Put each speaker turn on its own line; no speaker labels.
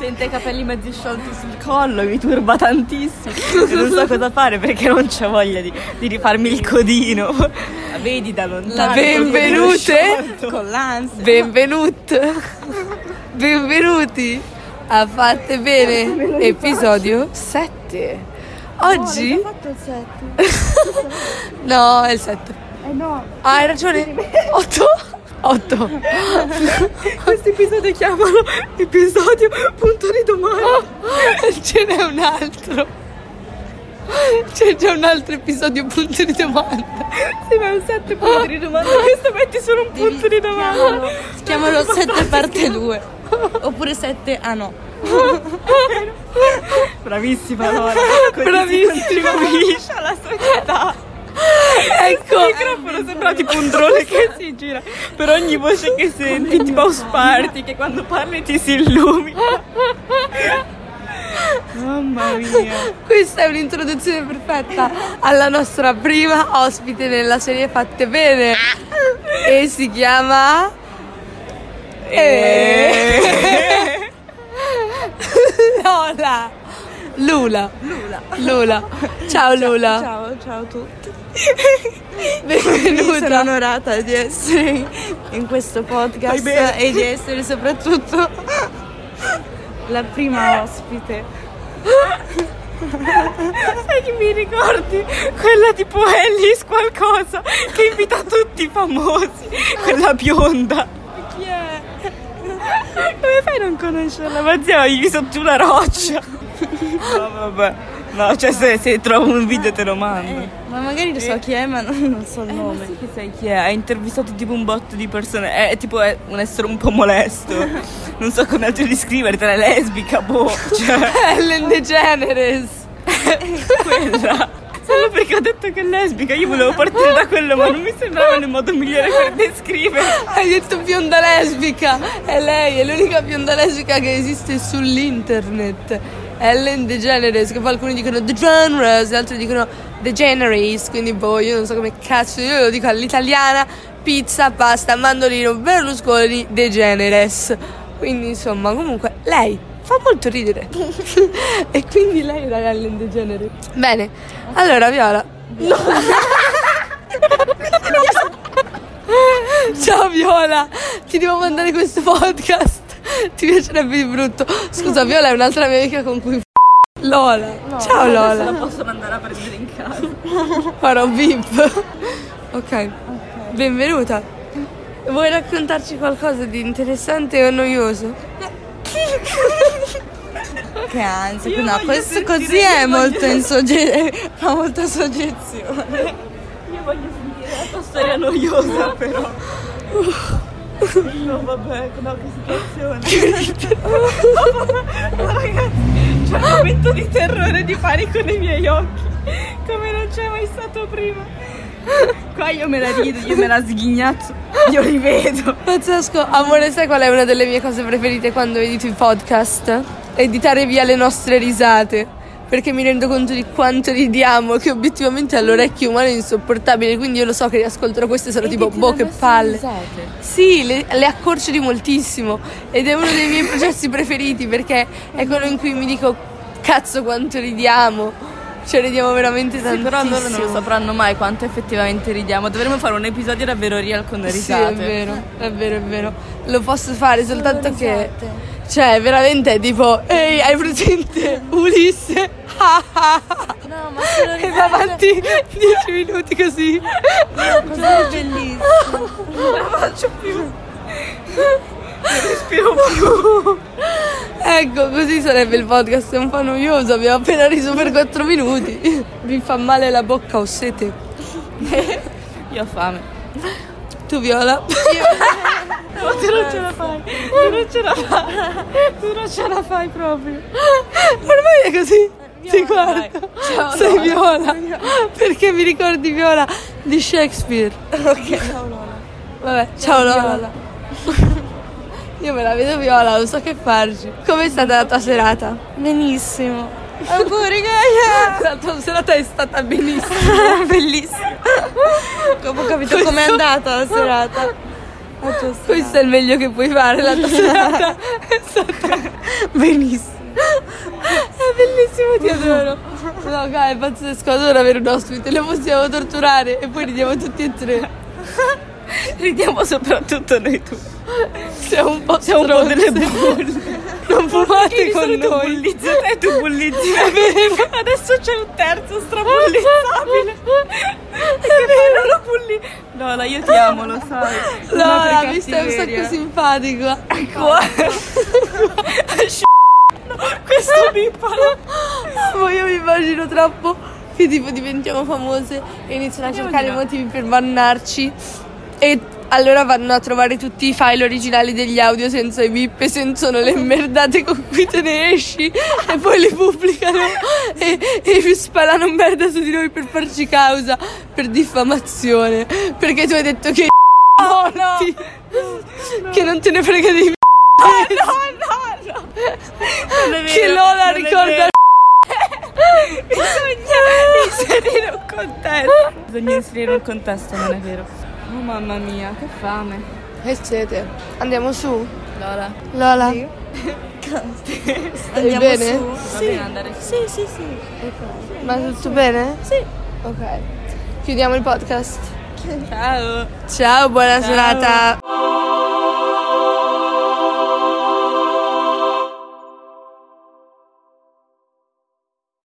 sente i capelli mezzi sciolti sul collo, mi turba tantissimo. E non so cosa fare perché non c'ho voglia di, di rifarmi il codino. La vedi da lontano.
La
col codino
benvenute.
sciolto. Con l'ansia.
Benvenute. Benvenuti a Fatte Bene, episodio 7. Oggi...
fatto il set.
No, è il 7.
Eh no,
Ah, hai ragione. 8. 8.
Questo episodio chiamalo episodio punto di domanda.
Ce n'è un altro. C'è già un altro episodio punto di domanda.
Se non sette punti di domanda, questo metti solo un punto di domanda.
chiamalo 7 parte 2. Oppure 7 ah no.
Bravissima Laura. Così
Bravissima.
si contribuisce alla società.
Ecco.
Il microfono sembra tipo un drone che si gira per ogni voce che senti, tipo house party che quando parli ti si illumina. Mamma mia.
Questa è un'introduzione perfetta alla nostra prima ospite nella serie Fatte Bene. E si chiama. E- Lola. Lula. Lula. Ciao Lula.
Ciao, ciao a tutti.
Benvenuta.
Sono onorata di essere in questo
Fai
podcast
bene.
e di essere soprattutto la prima ospite.
Sai che mi ricordi? Quella tipo Alice qualcosa che invita tutti i famosi, quella bionda.
Chi è?
Come fai a non conoscerla? Ma zia, gli sotto una roccia. No, vabbè. No, cioè se, se trovo un video te lo mando.
Ma magari lo so chi è, ma non, non so il
Eh, ma
nome.
sì che sai chi è? Ha intervistato tipo un botto di persone. È, è tipo è un essere un po' molesto. Non so come altro descrivere, tra lesbica, boh. Cioè,
Ellen DeGeneres.
quella. Solo perché ho detto che è lesbica, io volevo partire da quello, ma non mi sembrava il modo migliore per descrivere.
Hai detto bionda lesbica. E lei è l'unica bionda lesbica che esiste sull'internet. Ellen DeGeneres, che poi alcuni dicono DeGeneres, altri dicono DeGeneres, quindi boh, io non so come cazzo, io lo dico all'italiana, pizza, pasta, mandolino, Berlusconi, DeGeneres. Quindi insomma, comunque, lei fa molto ridere. e quindi lei era Ellen DeGeneres. Bene, allora Viola. Ciao Viola, ti devo mandare questo podcast. Ti piacerebbe di brutto. Scusa, Viola è un'altra mia amica con cui f- Lola. Ciao
La
Lola.
posso mandare a prendere in casa.
Farò bip. ok. Benvenuta. Vuoi raccontarci qualcosa di interessante o noioso?
Che ansia,
Io
no,
voglio
questo
sentire-
così
io
è
voglio-
molto insogge- fa molta soggezione.
Io voglio sentire la tua storia noiosa, però. No, vabbè, no, che situazione. Oh, Ma Ragazzi, c'è un momento di terrore, di panico nei miei occhi, come non c'è mai stato prima. Qua io me la rido, io me la sghignazzo, io li vedo.
Pazzesco, amore, sai qual è una delle mie cose preferite quando edito i podcast? Editare via le nostre risate. Perché mi rendo conto di quanto ridiamo, che obiettivamente all'orecchio umano è insopportabile. Quindi io lo so che riascolterò queste e sarò tipo, boh, che palle. Sì, le, le accorcio di moltissimo. Ed è uno dei miei processi preferiti perché è quello in cui mi dico, cazzo, quanto ridiamo. Cioè, ridiamo veramente tantissimo.
Però loro non lo sapranno mai quanto effettivamente ridiamo. Dovremmo fare un episodio davvero real con le
Sì, è
risate.
vero, è vero, è vero. Lo posso fare soltanto che. Cioè, veramente è tipo, ehi, hai presente Ulisse? Ah, ah, ah.
No, ma se lo
E
ricordo
davanti 10 minuti così.
così è bellissimo.
Respiro più.
Ecco, così sarebbe il podcast, è un po' noioso, abbiamo appena riso per 4 minuti. Vi fa male la bocca, ho sete.
Io ho fame.
Tu viola?
No, tu non ce la fai, tu non ce la fai, tu non ce la fai proprio. Eh,
Ormai è così. Ti guardo. Sei Viola. Perché mi ricordi Viola di Shakespeare. Ok. Ciao Lola. Vabbè, ciao Lola. Io me la vedo Viola, non so che farci. Com'è stata la tua serata?
Benissimo.
Ah, boh,
Auguri, Gaia! Esatto, La tua serata è stata benissima.
Bellissimo. Dopo ho capito com'è andata la serata.
Questo è il meglio che puoi fare, la tua serata è
Esatto.
stata benissimo. È bellissimo, ti adoro. No, cara, è pazzesco, adoro avere un ospite, lo possiamo torturare e poi ridiamo tutti e tre.
Ridiamo soprattutto noi tu.
Siamo un po'
Siamo un po'
stronze.
delle bolle.
Non fumate con
tu
noi.
bullizzi, te tu bullizzi. Adesso c'è un terzo strabullizzabile. Che bello lo bulli. Lola, io ti amo, lo sai.
Laura,
per
mi stai un
cattiveria.
sacco simpatica.
Ecco. Questo bippalo.
Ma io mi immagino troppo che tipo diventiamo famose e iniziano a
Speriamo
cercare
di no.
motivi per bannarci e allora vanno a trovare tutti i file originali degli audio senza i bip e senza le merdate con cui te ne esci e poi li pubblicano e, e vi sparano merda su di noi per farci causa per diffamazione perché tu hai detto che
Oh no.
che non te ne frega dei
No, no, no. Non è vero,
che Lola
non è
ricorda
vero. Bisogna inserire un contesto. Bisogna inserire un contesto, non è vero.
Oh mamma mia, che fame.
che siete andiamo su
Lola,
Lola Stai
andiamo
bene?
su? Va bene andare su.
Sì, sì, sì.
Ma tutto bene?
Sì.
Ok. Chiudiamo il podcast.
Ciao.
Ciao, buona serata.